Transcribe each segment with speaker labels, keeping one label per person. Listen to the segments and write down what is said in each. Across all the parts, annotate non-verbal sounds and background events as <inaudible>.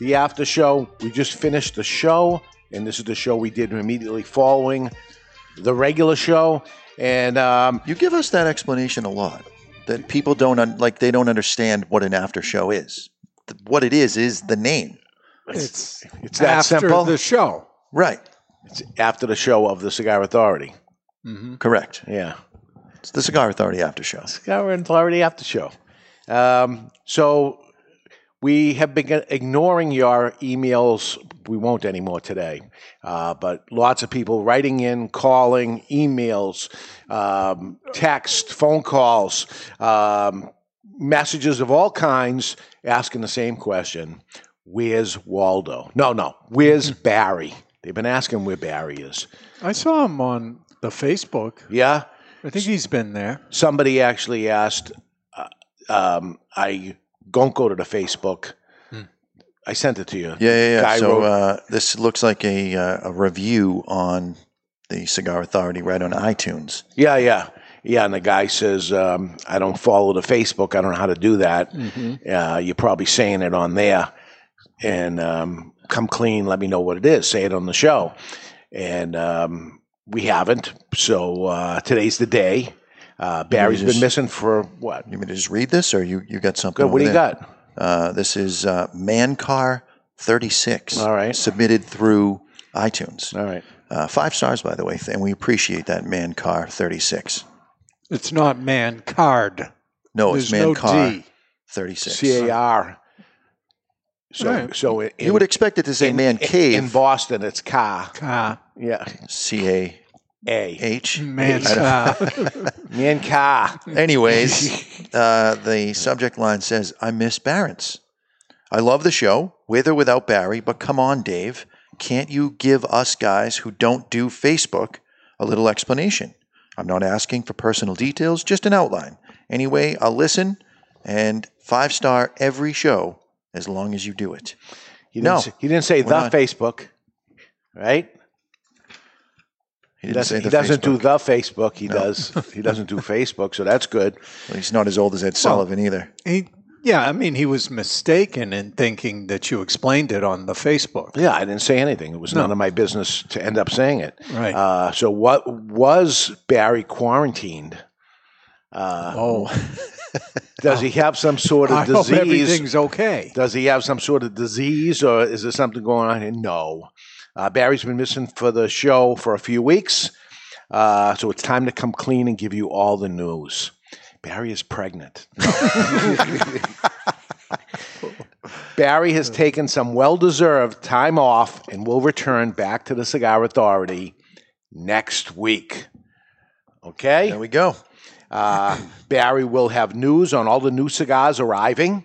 Speaker 1: the after show. We just finished the show, and this is the show we did immediately following the regular show. And um,
Speaker 2: You give us that explanation a lot that people don't un- like they don't understand what an after show is. Th- What it is is the name.
Speaker 1: it's it's that simple.
Speaker 3: the show.
Speaker 2: Right.
Speaker 1: it's after the show of the Cigar Authority.
Speaker 2: Correct.
Speaker 1: Yeah,
Speaker 2: It's the Cigar Authority after show.
Speaker 1: Cigar Authority after show. Um, so we have been ignoring your emails. We won't anymore today, uh, but lots of people writing in, calling, emails, um, text, phone calls, um, messages of all kinds asking the same question Where's Waldo? No, no, where's Barry? They've been asking where Barry is.
Speaker 3: I saw him on the Facebook.
Speaker 1: Yeah?
Speaker 3: I think he's been there.
Speaker 1: somebody actually asked uh, um, i don't go to the facebook i sent it to you
Speaker 2: Yeah, yeah, yeah.
Speaker 1: Guy
Speaker 2: so
Speaker 1: wrote-
Speaker 2: uh, this looks like a uh, a review on the Cigar Authority right on iTunes.
Speaker 1: yeah yeah yeah and the guy says um, i don't follow the facebook i don't know how to do that uh, you're probably saying it on there and um, come clean let me know what it is say it on the show and um, we haven't so uh, today's the day uh, barry's been
Speaker 2: just- Oh,
Speaker 1: missing for what
Speaker 2: You mean to just read this, or you you got something?
Speaker 1: good what do
Speaker 2: over
Speaker 1: you
Speaker 2: there?
Speaker 1: got
Speaker 2: Uh, this is uh, Mancar thirty six.
Speaker 1: All right.
Speaker 2: Submitted through iTunes.
Speaker 1: all right
Speaker 2: Uh, five stars, by the way, and we appreciate that. Mancar thirty six.
Speaker 3: It's not man card.
Speaker 1: Oh,
Speaker 2: No, it's
Speaker 3: There's no
Speaker 2: Mancar
Speaker 3: D.
Speaker 2: 36.
Speaker 1: car. So,
Speaker 3: Right.
Speaker 1: so in,
Speaker 2: you would expect it to say
Speaker 1: in-
Speaker 2: man cave.
Speaker 1: in Boston. It's car.
Speaker 3: Car.
Speaker 1: Yeah,
Speaker 2: C A
Speaker 1: a
Speaker 2: H.
Speaker 3: Man car.
Speaker 1: <laughs> man car. <laughs>
Speaker 2: Anyways, uh, the subject line says, I miss Barron's. I love the show, with or without Barry, but come on, Dave. Can't you give us guys who don't do Facebook a little explanation? I'm not asking for personal details, just an outline. Anyway, I'll listen and five star every show as long as you do it.
Speaker 1: He didn't,
Speaker 2: No.
Speaker 1: say, he didn't say the
Speaker 2: We're not-
Speaker 1: Facebook, right?
Speaker 2: He
Speaker 1: He
Speaker 2: didn't
Speaker 1: doesn't,
Speaker 2: say
Speaker 1: he
Speaker 2: the
Speaker 1: doesn't do
Speaker 2: Facebook.
Speaker 1: the Facebook. He does. He
Speaker 2: <laughs>
Speaker 1: doesn't do Facebook. So that's good.
Speaker 2: Well, he's not as old as Ed Sullivan either.
Speaker 3: he, yeah, I mean, he was mistaken in thinking that you explained it on the Facebook.
Speaker 1: Yeah, I didn't say anything. It was none of my business to end up saying it.
Speaker 3: Right.
Speaker 1: Uh, so what was Barry quarantined? Uh,
Speaker 3: oh,
Speaker 1: does he have some sort of
Speaker 3: I hope
Speaker 1: disease?
Speaker 3: everything's okay.
Speaker 1: Does he have some sort of disease or is there something going on here? No. Uh, Barry's been missing for the show for a few weeks. Uh, so it's time to come clean and give you all the news. Barry is pregnant. <laughs> Barry has taken some well deserved time off and will return back to the Cigar Authority next week. Okay?
Speaker 2: There we go.
Speaker 1: Uh, Barry will have news on all the new cigars arriving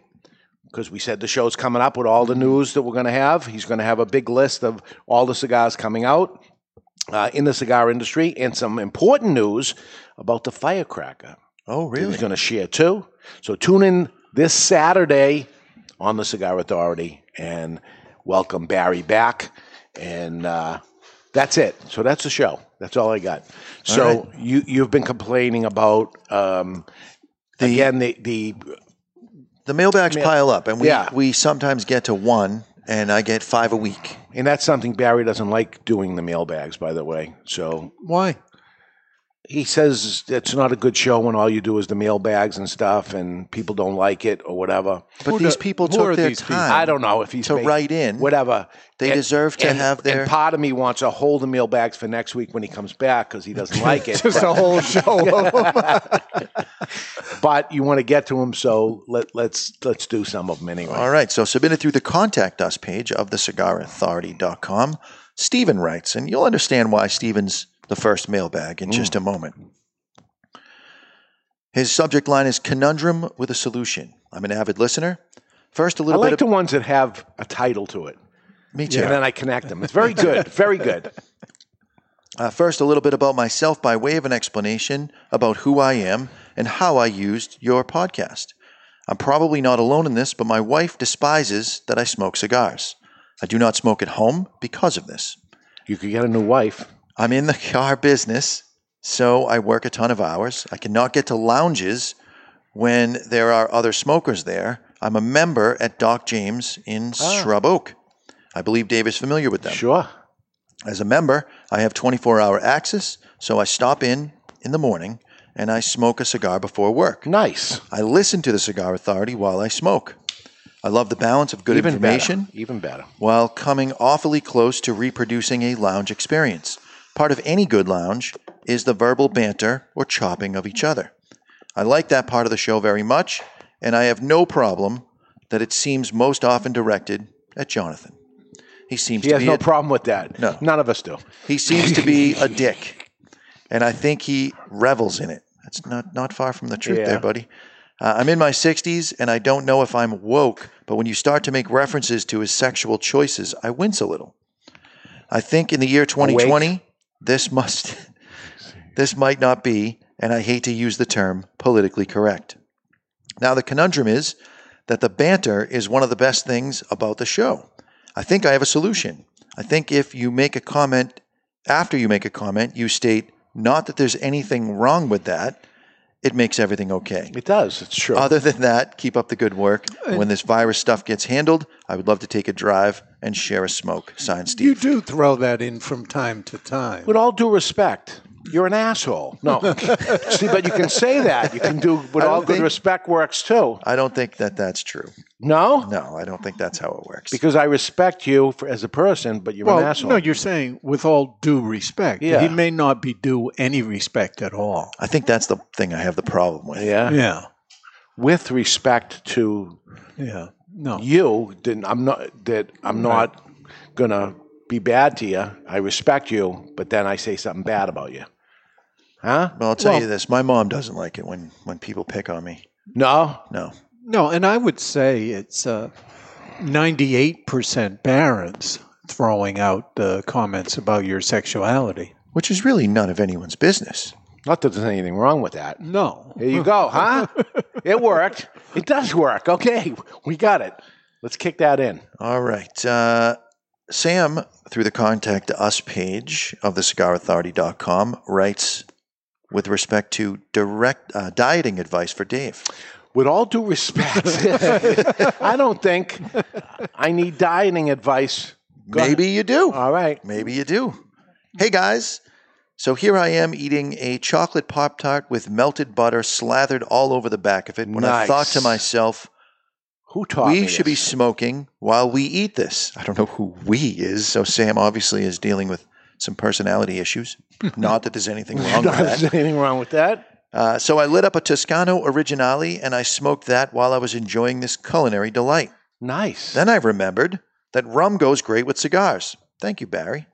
Speaker 1: because we said the show's coming up with all the news that we're going to have. He's going to have a big list of all the cigars coming out uh, in the cigar industry and some important news about the firecracker.
Speaker 2: Oh,
Speaker 1: that
Speaker 2: really?
Speaker 1: He's going to share too. So tune in this Saturday on the Cigar Authority and welcome Barry back. And uh, that's it. So that's the show. That's all I got. So you you've been complaining about um, again the the
Speaker 2: The mailbags pile up, and we,
Speaker 1: Yeah.
Speaker 2: we sometimes get to one, and I get five a week.
Speaker 1: and that's something Barry doesn't like doing the mailbags. By the way, so
Speaker 3: Why?
Speaker 1: he says it's not a good show when all you do is the mailbags and stuff, and people don't like it or whatever.
Speaker 2: But
Speaker 3: Who
Speaker 2: these
Speaker 3: do-
Speaker 2: people
Speaker 3: who
Speaker 2: took
Speaker 3: are
Speaker 2: their
Speaker 3: these people?
Speaker 2: time.
Speaker 1: I don't know if he's
Speaker 2: to
Speaker 1: making-
Speaker 2: write in.
Speaker 1: whatever.
Speaker 2: They deserve to have their-
Speaker 1: And part of me wants a hold of mailbags for next week when he comes back because he doesn't like <laughs> it.
Speaker 3: Just
Speaker 1: but,
Speaker 3: a whole show of 'em.
Speaker 1: but you want to get to him, so let, let's let's do some of them anyway.
Speaker 2: All right. So submit it through the contact us page of thecigarauthority.com. Stephen writes, and you'll understand why Stephen's the first mailbag in just a moment. His subject line is Conundrum with a Solution. I'm an avid listener. First, a
Speaker 1: I
Speaker 2: little
Speaker 1: like
Speaker 2: bit
Speaker 1: the
Speaker 2: of
Speaker 1: ones that have a title to it,
Speaker 2: me too.
Speaker 1: and then I connect them. It's very good, very good.
Speaker 2: Uh, first, a little bit about myself by way of an explanation about who I am and how I used your podcast. I'm probably not alone in this, but my wife despises that I smoke cigars. I do not smoke at home because of this.
Speaker 1: You could get a new wife.
Speaker 2: I'm in the <laughs> car business, so I work a ton of hours. I cannot get to lounges when there are other smokers there. I'm a member at Doc James in Shrub Oak. I believe Dave is familiar with them.
Speaker 1: Sure.
Speaker 2: As a member, I have 24 hour access, so I stop in in the morning and I smoke a cigar before work.
Speaker 1: Nice.
Speaker 2: I listen to the Cigar Authority while I smoke. I love the balance of good
Speaker 1: Even
Speaker 2: information
Speaker 1: better. Even better.
Speaker 2: while coming awfully close to reproducing a lounge experience. Part of any good lounge is the verbal banter or chopping of each other. I like that part of the show very much, and I have no problem that it seems most often directed at Jonathan. He seems
Speaker 1: He
Speaker 2: to
Speaker 1: has
Speaker 2: be
Speaker 1: no
Speaker 2: a-
Speaker 1: problem with that.
Speaker 2: No.
Speaker 1: None of us do.
Speaker 2: he seems to be a dick, and I think he revels in it. That's not not far from the truth,
Speaker 1: Yeah.
Speaker 2: there, buddy. Uh, I'm in my 60s, and I don't know if I'm woke, but when you start to make references to his sexual choices, I wince a little. I think in the year 2020, this must <laughs> this might not be, and I hate to use the term politically correct. Now the conundrum is that the banter is one of the best things about the show. I think I have a solution. I think if you make a comment after you make a comment, you state not that there's anything wrong with that. It makes everything okay.
Speaker 1: It does. It's true.
Speaker 2: Other than that, keep up the good work. When this virus stuff gets handled, I would love to take a drive and share a smoke. Signed,
Speaker 3: <laughs> You
Speaker 2: Steve.
Speaker 3: do throw that in from time to time.
Speaker 1: with all due respect, you're an asshole. <laughs> No. See, but you can say that. You can do with
Speaker 2: I
Speaker 1: all
Speaker 2: don't
Speaker 1: good
Speaker 2: think-
Speaker 1: respect works too.
Speaker 2: I don't think that that's true.
Speaker 1: No?
Speaker 2: No, I don't think that's how it works.
Speaker 1: Because I respect you for, as a person, but you're an
Speaker 3: well,
Speaker 1: asshole.
Speaker 3: no, you're saying with all due respect.
Speaker 1: Yeah.
Speaker 3: He may not be due any respect at all.
Speaker 2: I think that's the thing I have the problem with.
Speaker 1: yeah?
Speaker 3: Yeah.
Speaker 1: With respect to
Speaker 3: Yeah. No.
Speaker 1: you, then I'm not that I'm not gonna be bad to you. I respect you, but then I say something bad about you. Huh?
Speaker 2: Well, I'll tell you this: my mom doesn't like it when when people pick on me.
Speaker 1: No.
Speaker 2: No,
Speaker 3: No, and I would say it's uh, 98% Barron's throwing out uh, comments about your sexuality.
Speaker 2: which is really none of anyone's business.
Speaker 1: Not that there's anything wrong with that.
Speaker 3: No.
Speaker 1: There you go,
Speaker 3: <laughs>
Speaker 1: huh? it worked. It does work. Okay, we got it. Let's kick that in.
Speaker 2: All right, uh, Sam, through the contact us page of thecigarauthority.com, writes with respect to direct uh, dieting advice for Dave.
Speaker 1: With all due respect, <laughs> I don't think I need dieting advice. Go ahead. Uh,
Speaker 2: Maybe you do.
Speaker 1: All right.
Speaker 2: Maybe you do. Hey guys. So here I am eating a chocolate Pop Tart with melted butter slathered all over the back of it when I
Speaker 1: Nice.
Speaker 2: thought to myself,
Speaker 1: Who taught
Speaker 2: we
Speaker 1: me
Speaker 2: should be
Speaker 1: this?
Speaker 2: smoking while we eat this. I don't know who we is. So Sam obviously is dealing with some personality
Speaker 1: <laughs>
Speaker 2: issues. Not that there's anything wrong with
Speaker 1: Not that
Speaker 2: that.
Speaker 1: there's anything wrong with that.
Speaker 2: Uh, so I lit up a Toscano Originale and I smoked that while I was enjoying this culinary delight.
Speaker 1: Nice.
Speaker 2: Then I remembered that rum goes great with cigars. Thank
Speaker 1: <laughs>
Speaker 2: you, Barry.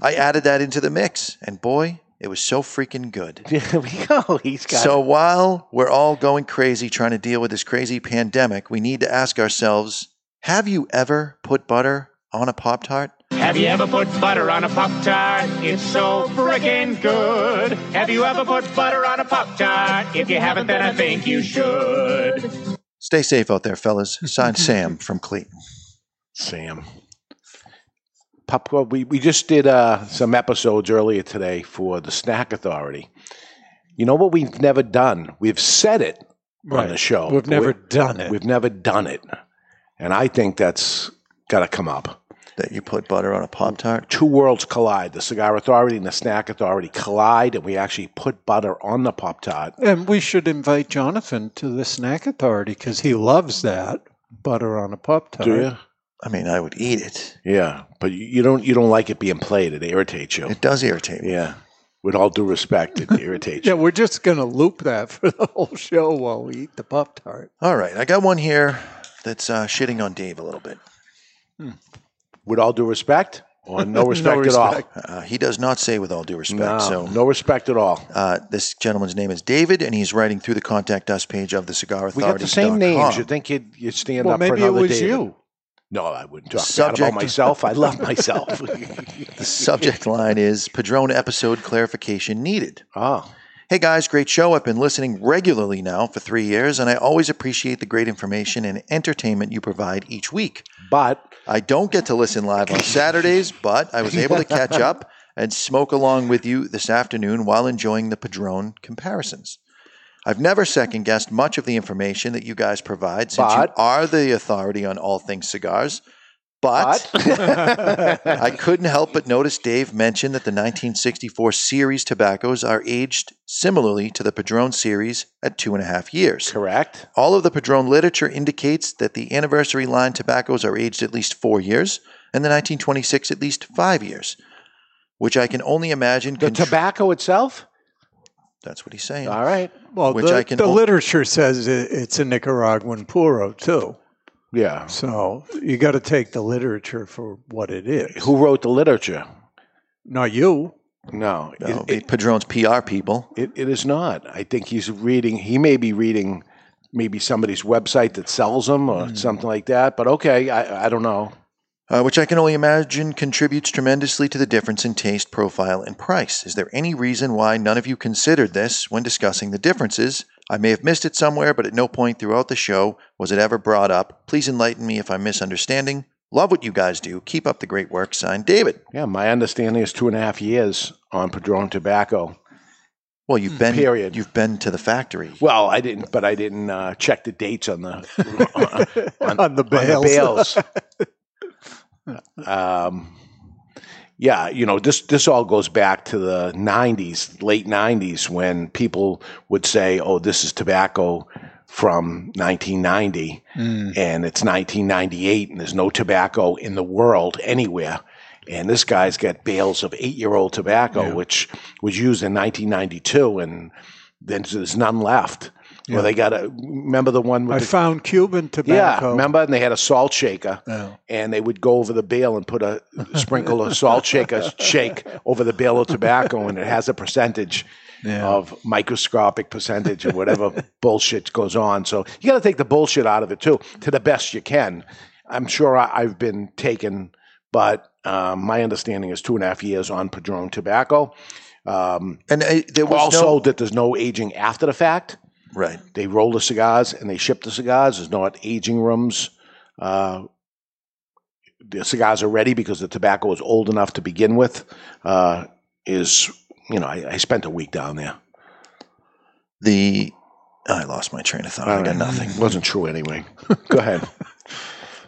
Speaker 2: I added that into the mix, and boy, it was so freaking good.
Speaker 1: <laughs> There we go. He's got
Speaker 2: So while we're all going crazy trying to deal with this crazy pandemic, we need to ask ourselves have you ever put butter on a Pop Tart?
Speaker 4: Have you ever put butter on a Pop Tart? It's so frickin' good. Have you ever put butter on a Pop Tart? If you haven't, then I think you should.
Speaker 2: Stay safe out there, fellas.
Speaker 1: <laughs>
Speaker 2: Signed Sam from Clayton.
Speaker 1: Sam. Popcorn. We, we just did uh, some episodes earlier today for the Snack Authority. You know what we've never done? We've said it on the show.
Speaker 3: We've never
Speaker 1: We-
Speaker 3: done it.
Speaker 1: We've never done it. And I think that's got to come up.
Speaker 2: that you put butter on a Pop Tart?
Speaker 1: Two worlds collide. The Cigar Authority and the Snack Authority collide, and we actually put butter on the Pop Tart.
Speaker 3: And we should invite Jonathan to the snack authority because he loves that butter on a pop tart.
Speaker 1: Do you?
Speaker 2: I mean, I would eat it.
Speaker 1: Yeah, but you- you don't you don't like it being played. It irritates you.
Speaker 2: It does irritate me.
Speaker 1: Yeah, with all due respect, it irritates
Speaker 3: Yeah,
Speaker 1: you.
Speaker 3: we're just going to loop that <laughs> for the whole show while we eat the pop tart.
Speaker 2: All right, I got one here that's uh, shitting on Dave a little bit.
Speaker 1: With all due respect, or no respect at
Speaker 3: respect.
Speaker 1: all.
Speaker 2: Uh, he does not say with all due
Speaker 1: <laughs>
Speaker 2: respect.
Speaker 1: No,
Speaker 2: so
Speaker 1: no respect at all.
Speaker 2: uh, this gentleman's name is David, and he's writing through the contact us page of the Cigar
Speaker 1: We
Speaker 2: Authority.
Speaker 1: got the same names. You think you'd, you'd stand
Speaker 3: well,
Speaker 1: up for
Speaker 3: maybe it
Speaker 1: another
Speaker 3: was
Speaker 1: David.
Speaker 3: you.
Speaker 1: No, I wouldn't talk bad
Speaker 2: Subject-
Speaker 1: about myself. I love myself.
Speaker 2: The subject line is Padrone episode clarification needed.
Speaker 1: oh,
Speaker 2: Hey guys, great show. I've been listening regularly now for three years, and I always appreciate the great information and entertainment you provide each week.
Speaker 1: but
Speaker 2: I don't get to listen live on Saturdays, but I was able to catch up and smoke along with you this afternoon while enjoying the Padrone comparisons. I've never second guessed much of the information that you guys provide since
Speaker 1: But-
Speaker 2: you are the authority on all things cigars. But, I couldn't help but <laughs> notice Dave mentioned that the 1964 series tobaccos are aged similarly to the Padrone series at two and a half years.
Speaker 1: <laughs> correct.
Speaker 2: All of the Padron literature indicates that the anniversary line tobaccos are aged at least four years, and the 1926 at least five years, which I can only imagine.
Speaker 1: The Uh,
Speaker 2: contr-
Speaker 1: tobacco itself.
Speaker 2: That's what he's saying.
Speaker 1: All right.
Speaker 3: Well,
Speaker 2: Which
Speaker 3: the,
Speaker 2: I can
Speaker 3: the
Speaker 2: o-
Speaker 3: literature says it, it's a Nicaraguan puro, too.
Speaker 1: Yeah.
Speaker 3: So you got to take the literature for what it is.
Speaker 1: Who wrote the literature?
Speaker 3: Not you.
Speaker 1: No, it-
Speaker 2: No, the Padron's PR people.
Speaker 1: It, it is not. I think he's reading. He may be reading maybe somebody's website that sells them or something like that. But okay, I, I don't know.
Speaker 2: uh, which I can only imagine contributes tremendously to the difference in taste, profile, and price. Is there any reason why none of you considered this when discussing the differences? I may have missed it somewhere, but at no point throughout the show was it ever brought up. Please enlighten me if I'm misunderstanding. Love what you guys do. Keep up the great work. Signed, David.
Speaker 1: Yeah, my understanding is two and a half years on Padron tobacco.
Speaker 2: Well, you've been
Speaker 1: Hmm, Period.
Speaker 2: You've been to the factory.
Speaker 1: Well, I didn't, but I didn't uh, check the dates on the <laughs>
Speaker 3: On, the
Speaker 1: on the
Speaker 3: bales. <laughs>
Speaker 1: bales. um, yeah, you know, this this all goes back to the '90s, late '90s, when people would say, "Oh, this is tobacco from 1990," and it's 1998, and there's no tobacco in the world anywhere. And this guy's got bales of eight-year-old tobacco, which was used in 1992, and then there's none left. Well, they got a remember the one with
Speaker 3: I
Speaker 1: the
Speaker 3: found Cuban
Speaker 1: yeah,
Speaker 3: tobacco.
Speaker 1: remember? And they had a salt shaker,
Speaker 3: Yeah.
Speaker 1: and they would go over the bale and put a sprinkle of salt shaker shake over the bale of tobacco, and it has a percentage
Speaker 3: Yeah.
Speaker 1: of microscopic percentage or whatever bullshit goes on. So you got to take the bullshit out of it too, to the best you can. I'm sure I, I've been taken, but um, my understanding is two and a half years on Padron tobacco. Um,
Speaker 2: And uh, there was
Speaker 1: also,
Speaker 2: no,
Speaker 1: that there's no aging after the fact
Speaker 2: right.
Speaker 1: they roll the cigars and they ship the cigars. There's not aging rooms. Uh, the cigars are ready because the tobacco is old enough to begin with. Uh, is you know, I, I spent a week down there.
Speaker 2: The I lost my train of thought. I got nothing.
Speaker 1: <laughs> Wasn't true anyway. Go ahead.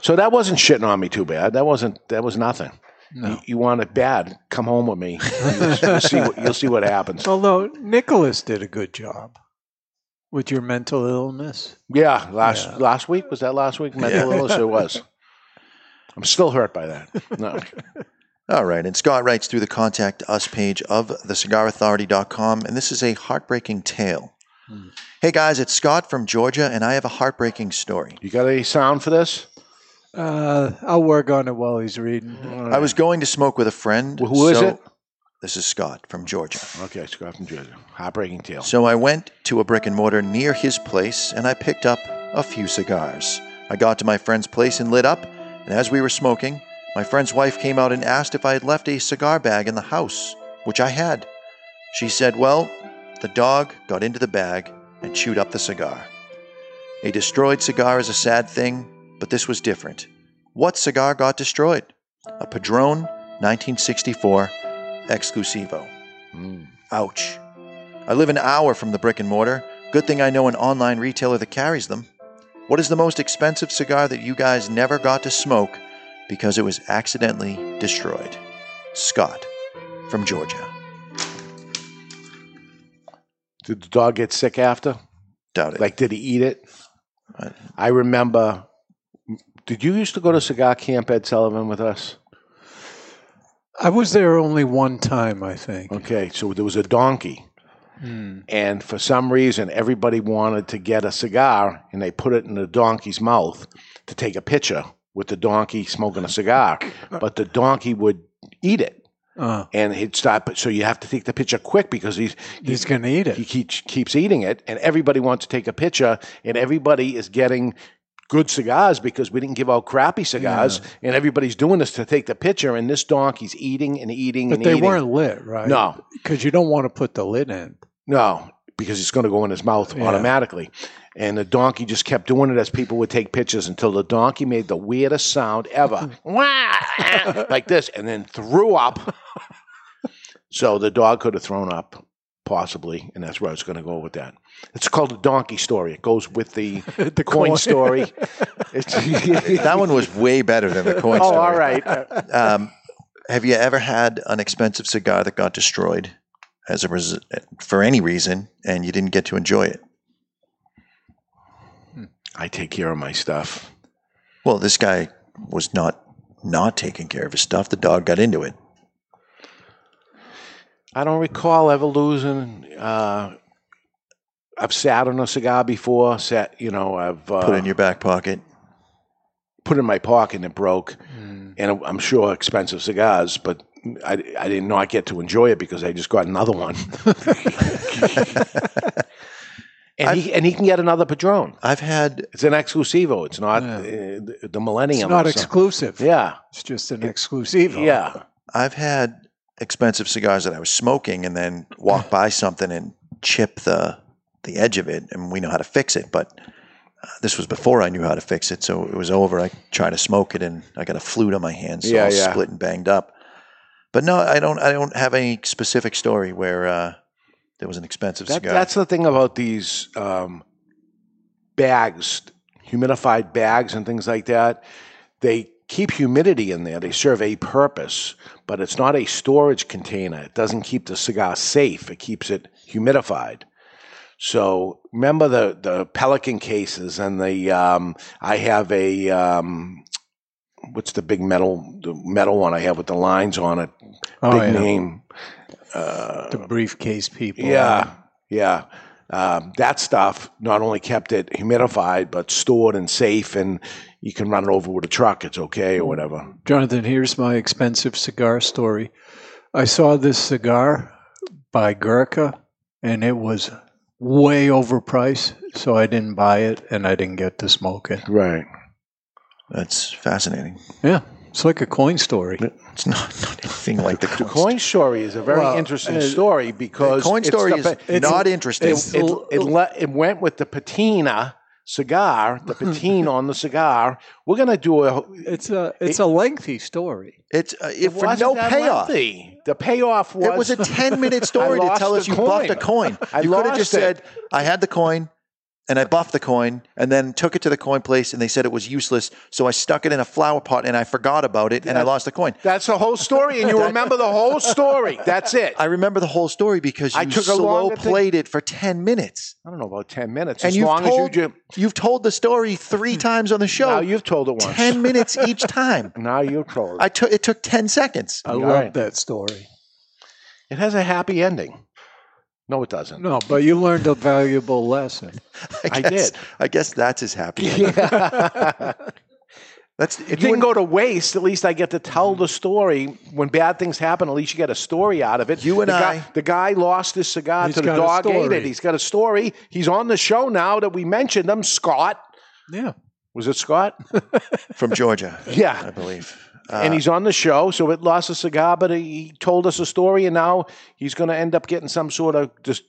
Speaker 1: So that wasn't shitting on me too bad. That wasn't. That was nothing. You, you want it bad? Come home with <laughs> me. You'll, you'll see. What, you'll see what happens.
Speaker 3: Although Nicholas did a good job with your mental illness.
Speaker 1: Yeah. Last last week was that last week? Mental
Speaker 2: Yeah.
Speaker 1: illness. It <laughs> was. I'm still hurt by that. No.
Speaker 2: All right. And Scott writes through the contact us page of thecigarauthority.com. And this is a heartbreaking tale.
Speaker 1: Hmm.
Speaker 2: Hey guys, it's Scott from Georgia, and I have a heartbreaking story.
Speaker 1: You got any sound for this?
Speaker 3: Uh, I'll work on it while he's reading.
Speaker 1: Mm-hmm.
Speaker 2: I was going to smoke with a friend.
Speaker 1: Wh- who is
Speaker 2: so-
Speaker 1: it?
Speaker 2: This is Scott from Georgia.
Speaker 1: Okay, Scott from Jersey. Heartbreaking tale.
Speaker 2: So I went to a brick and mortar near his place and I picked up a few cigars. I got to my friend's place and lit up, and as we were smoking, my friend's wife came out and asked if I had left a cigar bag in the house, which I had. She said, Well, the dog got into the bag and chewed up the cigar. A destroyed cigar is a sad thing, but this was different. What cigar got destroyed? A Padron 1964 Exclusivo. Ouch. I live an hour from the brick and mortar. Good thing I know an online retailer that carries them. What is the most expensive cigar that you guys never got to smoke because it was accidentally destroyed. Scott from Georgia.
Speaker 1: Did the dog get sick after?
Speaker 2: Doubt it.
Speaker 1: Like, did he eat it?
Speaker 2: I-
Speaker 1: I remember. Did you used to go to cigar camp, Ed Sullivan, with us?
Speaker 3: I was there only one time, I think. Hmm.
Speaker 1: Okay, so there was a donkey, and for some reason, everybody wanted to get a cigar, and they put it in the donkey's mouth to take a picture with the donkey smoking a
Speaker 2: <laughs>
Speaker 1: cigar. But the donkey would eat it,
Speaker 3: Uh,
Speaker 1: and he'd stop. So you have to take the picture quick because he's
Speaker 3: he's going to eat
Speaker 1: he
Speaker 3: it.
Speaker 1: keeps keeps eating it, and everybody wants to take a picture, and everybody is getting good cigars because we didn't give out crappy cigars, and everybody's doing this to take the picture, and this donkey's eating and eating
Speaker 3: But
Speaker 1: and
Speaker 3: they
Speaker 1: eating.
Speaker 3: weren't lit, right?
Speaker 1: no,
Speaker 3: Because you don't want to put the lid in.
Speaker 1: no, because it's going to go in his mouth
Speaker 3: Yeah.
Speaker 1: automatically. And the donkey just kept doing it as people would take pictures until the donkey made the weirdest sound ever,
Speaker 3: <laughs>
Speaker 1: <laughs> Wah! like this, and then threw up. So the dog could have thrown up, possibly, and that's where I was going to go with that. It's called the donkey story. It goes with the,
Speaker 3: <laughs> The
Speaker 1: coin,
Speaker 3: coin.
Speaker 1: story.
Speaker 3: <laughs>
Speaker 1: It's- <laughs>
Speaker 2: that one was way better than the coin
Speaker 1: oh,
Speaker 2: story.
Speaker 1: all
Speaker 3: <laughs>
Speaker 1: right. Uh,
Speaker 2: Um, have you ever had an expensive cigar that got destroyed as a res- for any reason and you didn't get to enjoy it?
Speaker 1: I take care of my stuff.
Speaker 2: Well, this guy was not not taking care of his stuff. The dog got into it.
Speaker 1: I don't recall ever losing. Uh, I've sat on a cigar before. Sat, you know, I've uh,
Speaker 2: Put it in your back pocket.
Speaker 1: put it in my pocket and it broke. And I'm sure expensive cigars, but I, I didn't know I get to enjoy it because I just got another one. and he and he can get another Padron.
Speaker 2: I've had
Speaker 1: It's an exclusivo. It's not
Speaker 3: Yeah.
Speaker 1: uh, the, the
Speaker 3: It's
Speaker 1: Millennium.
Speaker 3: not
Speaker 1: or something.
Speaker 3: exclusive.
Speaker 1: Yeah,
Speaker 3: It's just an exclusive.
Speaker 1: yeah.
Speaker 2: I've had expensive cigars that I was smoking and then walk by something and chip the the edge of it, and we know how to fix it. But uh, this was before I knew how to fix it, so it was over. I tried to smoke it, and I got a flute on my hand, so
Speaker 1: Yeah,
Speaker 2: I was
Speaker 1: yeah.
Speaker 2: split and banged up. But no, I don't. I don't have any specific story where uh, there was an expensive
Speaker 1: That,
Speaker 2: cigar.
Speaker 1: that's the thing about these um, bags, humidified bags and things like that. They keep humidity in there. They serve a purpose, but it's not a storage container. It doesn't keep the cigar safe. It keeps it humidified. So remember the the Pelican cases and the um, I have a um, what's the big metal the metal one I have with the lines on it
Speaker 3: Oh,
Speaker 1: big
Speaker 3: yeah.
Speaker 1: name
Speaker 3: The briefcase people.
Speaker 1: yeah, yeah. Um, that stuff not only kept it humidified, but stored and safe, and you can run it over with a truck. It's okay or whatever.
Speaker 3: Jonathan, here's my expensive cigar story. I saw this cigar by Gurkha, and it was way overpriced, so I didn't buy it, and I didn't get to smoke it.
Speaker 1: Right.
Speaker 2: that's fascinating.
Speaker 3: Yeah, it's like a coin story.
Speaker 2: It's not, <laughs> not anything like the
Speaker 1: The
Speaker 2: coin.
Speaker 1: coin story is a very
Speaker 3: Well,
Speaker 1: interesting
Speaker 3: uh,
Speaker 1: story
Speaker 2: The
Speaker 1: because
Speaker 2: coin
Speaker 1: it's
Speaker 2: story
Speaker 1: the
Speaker 2: is
Speaker 1: pa- it's-
Speaker 2: not interesting.
Speaker 1: it, it, it, le- it went with the patina cigar,
Speaker 2: <laughs>
Speaker 1: the patina on the cigar. We're gonna do a.
Speaker 3: It's a it's a lengthy story.
Speaker 2: it's uh, it, for
Speaker 1: wasn't
Speaker 2: no
Speaker 1: that
Speaker 2: payoff.
Speaker 1: lengthy. The payoff was
Speaker 2: It was
Speaker 1: <laughs>
Speaker 2: a 10 minute story
Speaker 1: I
Speaker 2: to
Speaker 1: lost
Speaker 2: tell us
Speaker 1: the
Speaker 2: you
Speaker 1: coin.
Speaker 2: buffed a coin.
Speaker 1: I
Speaker 2: you could have
Speaker 1: lost
Speaker 2: just
Speaker 1: it.
Speaker 2: said, I had the coin and I buffed the coin and then took it to the coin place and they said it was useless. So I stuck it in a flower pot and I forgot about it and I lost the coin.
Speaker 1: That's the whole story, and
Speaker 2: <laughs>
Speaker 1: you remember the whole story. That's it.
Speaker 2: I remember the whole story because you
Speaker 1: I took a
Speaker 2: slow
Speaker 1: longer thing-
Speaker 2: played it for 10 minutes.
Speaker 1: I don't know about ten minutes.
Speaker 2: And
Speaker 1: as
Speaker 2: you've
Speaker 1: long
Speaker 2: told,
Speaker 1: as you. ju-
Speaker 2: you have told the story three times on the
Speaker 1: Hmm. Now
Speaker 2: show,
Speaker 1: you've told it once.
Speaker 2: 10 minutes
Speaker 1: <laughs>
Speaker 2: each time.
Speaker 1: Now you've told
Speaker 2: I took it took 10 seconds.
Speaker 3: I
Speaker 1: All
Speaker 3: love
Speaker 1: right.
Speaker 3: that story.
Speaker 1: it has a happy ending. No, it <laughs> doesn't.
Speaker 3: No, but you learned a valuable lesson.
Speaker 1: I
Speaker 2: guess,
Speaker 1: did.
Speaker 2: I guess that's his
Speaker 1: <laughs>
Speaker 2: happy. ending. That's
Speaker 1: It
Speaker 2: you
Speaker 1: didn't
Speaker 2: and,
Speaker 1: go to waste. At least I get to tell the story. When bad things happen, at least you get a story out of it.
Speaker 2: You and
Speaker 1: the
Speaker 2: I-
Speaker 1: Guy, the guy lost his cigar
Speaker 3: He's
Speaker 1: to the
Speaker 3: got a
Speaker 1: dog ate
Speaker 3: story.
Speaker 1: it. He's got a story. He's on the show now that we mentioned him. Scott.
Speaker 3: Yeah,
Speaker 1: Was it Scott?
Speaker 2: from Georgia,
Speaker 1: <laughs>
Speaker 2: I
Speaker 1: yeah.
Speaker 2: believe. Uh,
Speaker 1: and he's on the show, so it lost a cigar, but he told us a story, and now he's going to end up getting some sort of just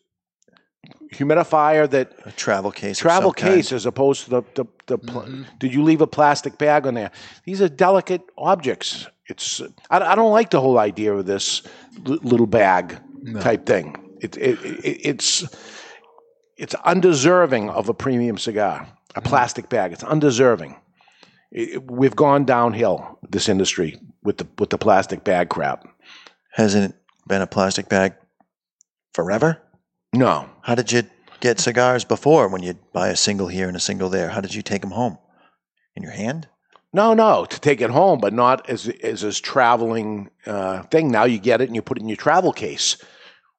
Speaker 1: humidifier that
Speaker 2: A travel case. of
Speaker 1: travel
Speaker 2: some kind.
Speaker 1: case as opposed to the, the, the pl- did you leave a plastic bag on there these are delicate objects it's i, I don't like the whole idea of this l- little bag type thing it, it, it, it's it's undeserving of a premium cigar a plastic bag it's undeserving it- we've gone downhill this industry with the with the plastic bag crap.
Speaker 2: Hasn't it been a plastic bag forever?
Speaker 1: No,
Speaker 2: How did you get cigars before when you'd buy a single here and a single there? How did you take them home? In your hand?
Speaker 1: no, no, to take it home, but not as as as traveling uh, thing. Now you get it and you put it in your travel case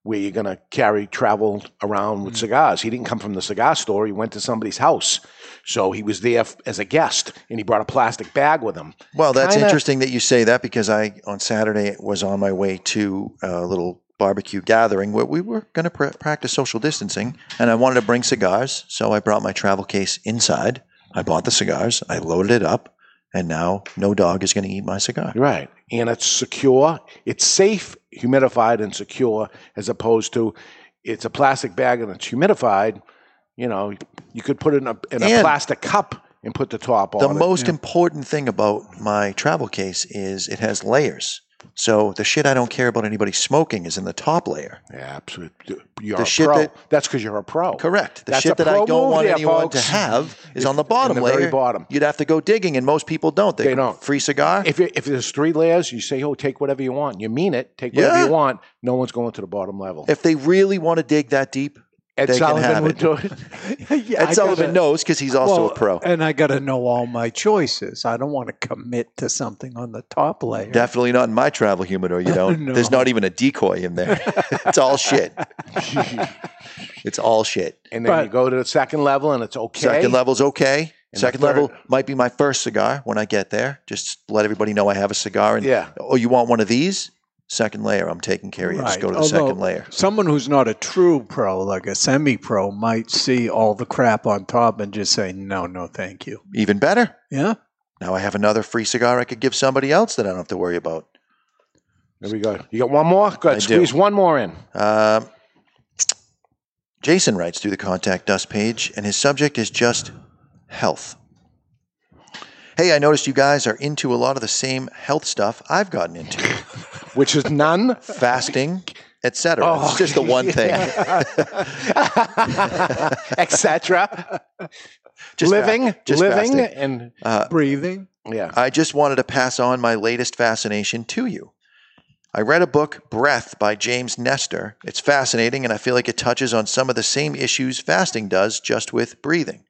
Speaker 1: where you're going to carry travel around
Speaker 2: Mm.
Speaker 1: with cigars. He didn't come from the cigar store. He went to somebody's house, so he was there f- as a guest, and he brought a plastic bag with him.
Speaker 2: Well, that's
Speaker 1: Kinda-
Speaker 2: interesting that you say that because I, on Saturday, was on my way to a little barbecue gathering where we were going to pr- practice social distancing and I wanted to bring cigars. So I brought my travel case inside. I bought the cigars. I loaded it up. And now no dog is going to eat my cigar.
Speaker 1: Right. And it's secure, it's safe, humidified, and secure, as opposed to it's a plastic bag and it's humidified. You know, you could put it in a, in a
Speaker 2: And-
Speaker 1: plastic cup and put the top
Speaker 2: The
Speaker 1: on. it.
Speaker 2: most important thing about my travel case is it has layers. So the shit I don't care about anybody smoking is in the top layer.
Speaker 1: Yeah, absolutely. You're
Speaker 2: The
Speaker 1: a
Speaker 2: shit
Speaker 1: pro.
Speaker 2: that-
Speaker 1: That's because you're a pro.
Speaker 2: Correct. The
Speaker 1: That's a
Speaker 2: shit that
Speaker 1: pro
Speaker 2: I
Speaker 1: move
Speaker 2: don't want
Speaker 1: there,
Speaker 2: anyone
Speaker 1: folks.
Speaker 2: to have is
Speaker 1: It's
Speaker 2: on the bottom
Speaker 1: in the
Speaker 2: layer.
Speaker 1: very bottom.
Speaker 2: You'd have to go digging, and most people don't. They,
Speaker 1: They don't.
Speaker 2: Free cigar.
Speaker 1: If, you if there's three layers, you say, oh, take whatever you want. You mean it. Take whatever
Speaker 2: Yeah.
Speaker 1: you want. No one's going to the bottom level.
Speaker 2: If they really want to dig that deep,
Speaker 1: Ed
Speaker 2: they can
Speaker 1: Sullivan
Speaker 2: have
Speaker 1: would
Speaker 2: it.
Speaker 1: do it.
Speaker 3: <laughs> yeah,
Speaker 2: Ed Sullivan knows because he's also a pro.
Speaker 3: And I got to know all my choices. I don't want to commit to something on the top
Speaker 2: <laughs>
Speaker 3: layer.
Speaker 2: Definitely not in my travel
Speaker 1: <laughs>
Speaker 2: humidor. You don't.
Speaker 3: No.
Speaker 2: There's not even a decoy in there. <laughs> it's all shit. it's all shit.
Speaker 1: And then
Speaker 3: But-
Speaker 1: you go to the second level and it's okay.
Speaker 2: Second level's okay.
Speaker 1: And the
Speaker 2: Second
Speaker 1: third-
Speaker 2: level might be my first cigar when I get there. Just let everybody know I have a cigar. And
Speaker 1: Yeah.
Speaker 2: oh, you want one of these? Second layer, I'm taking care of you. Just
Speaker 3: Right,
Speaker 2: go to the
Speaker 3: although
Speaker 2: second layer.
Speaker 3: Someone who's not a true pro, like a semi pro, might see all the crap on top and just say, no, no, thank you.
Speaker 2: Even better.
Speaker 3: Yeah.
Speaker 2: Now I have another free cigar I could give somebody else that I don't have to worry about.
Speaker 1: There we go. You got one more? Go
Speaker 2: I
Speaker 1: ahead.
Speaker 2: do.
Speaker 1: Squeeze one more in.
Speaker 2: Um, Jason writes through the contact us page, and his subject is just health. Hey, I noticed you guys are into a lot of the same health stuff I've
Speaker 1: <laughs>
Speaker 2: gotten into
Speaker 1: Which is
Speaker 2: <laughs>
Speaker 1: none.
Speaker 2: fasting, etc. it's just the
Speaker 1: Oh,
Speaker 2: one thing.
Speaker 1: <laughs> etc.
Speaker 2: Just
Speaker 1: living,
Speaker 2: fa- just
Speaker 1: living,
Speaker 2: fasting.
Speaker 1: and
Speaker 3: Breathing.
Speaker 1: yeah,
Speaker 2: I just wanted to pass on my latest fascination to you. I read a book, Breath, by James Nestor. It's fascinating, and I feel like it touches on some of the same issues fasting does, just with breathing.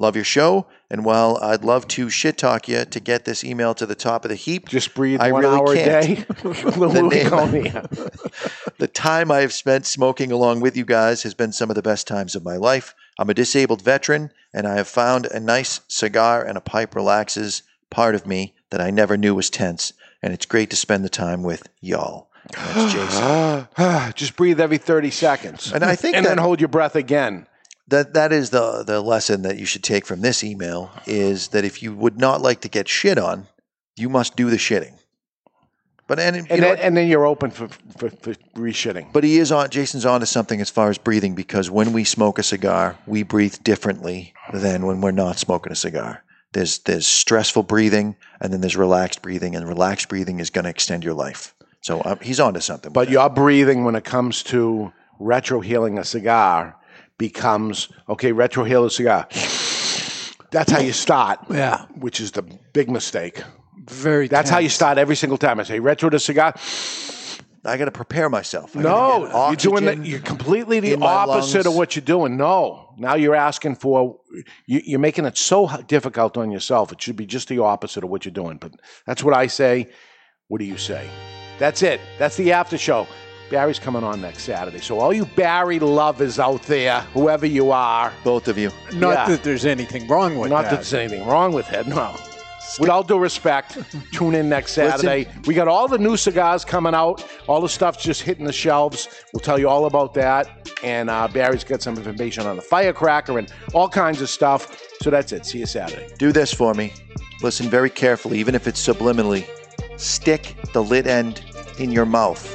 Speaker 2: Love your show, and while I'd love to shit talk you to get this email to the top of the heap,
Speaker 1: just breathe
Speaker 2: I
Speaker 1: one
Speaker 2: really
Speaker 1: hour
Speaker 2: can't.
Speaker 1: a day. <laughs> Louis
Speaker 2: name-
Speaker 1: Conia.
Speaker 2: the time I have spent smoking along with you guys has been some of the best times of my life. I'm a disabled veteran, and I have found a nice cigar and a pipe relaxes part of me that I never knew was tense, and it's great to spend the time with y'all. And
Speaker 1: <sighs>
Speaker 2: That's Jason.
Speaker 1: just breathe every thirty seconds,
Speaker 2: And I think
Speaker 1: and
Speaker 2: that-
Speaker 1: then hold your breath again.
Speaker 2: that that is the the lesson that you should take from this email is that if you would not like to get shit on, you must do the shitting. But and, you
Speaker 1: And
Speaker 2: know
Speaker 1: then, and then you're open for for, for reshitting.
Speaker 2: But he is on. Jason's on to something as far as breathing because when we smoke a cigar, we breathe differently than when we're not smoking a cigar. There's there's stressful breathing, and then there's relaxed breathing, and relaxed breathing is going to extend your life. So um, he's on to something.
Speaker 1: But your breathing, when it comes to retro healing a cigar, becomes okay. Retro heal a cigar. <sighs> That's how you start,
Speaker 3: Yeah.
Speaker 1: which is the big mistake.
Speaker 3: Very.
Speaker 1: That's how you
Speaker 3: tense.
Speaker 1: start every single time. I say retro to cigar.
Speaker 2: I got to prepare myself. I gotta get
Speaker 1: No, you're doing
Speaker 2: oxygen.
Speaker 1: that. You're completely the
Speaker 2: in my
Speaker 1: opposite of
Speaker 2: lungs.
Speaker 1: what you're doing. No, now you're asking for. You, you're making it so h- difficult on yourself. It should be just the opposite of what you're doing. But that's what I say. What do you say? That's it. That's the after show. Barry's coming on next Saturday. So all you Barry lovers out there, whoever you are,
Speaker 2: both of you.
Speaker 3: Not
Speaker 1: yeah.
Speaker 3: that there's anything wrong with
Speaker 1: not that
Speaker 3: that.
Speaker 1: there's anything wrong with it. No. With all due respect, tune in next Saturday. We got all the new cigars coming out. All the stuff's just hitting the shelves. We'll tell you all about that. And uh, Barry's got some information on the firecracker and all kinds of stuff. So that's it. See you Saturday.
Speaker 2: Do this for me. Listen very carefully, even if it's subliminally. Stick the lit end in your mouth.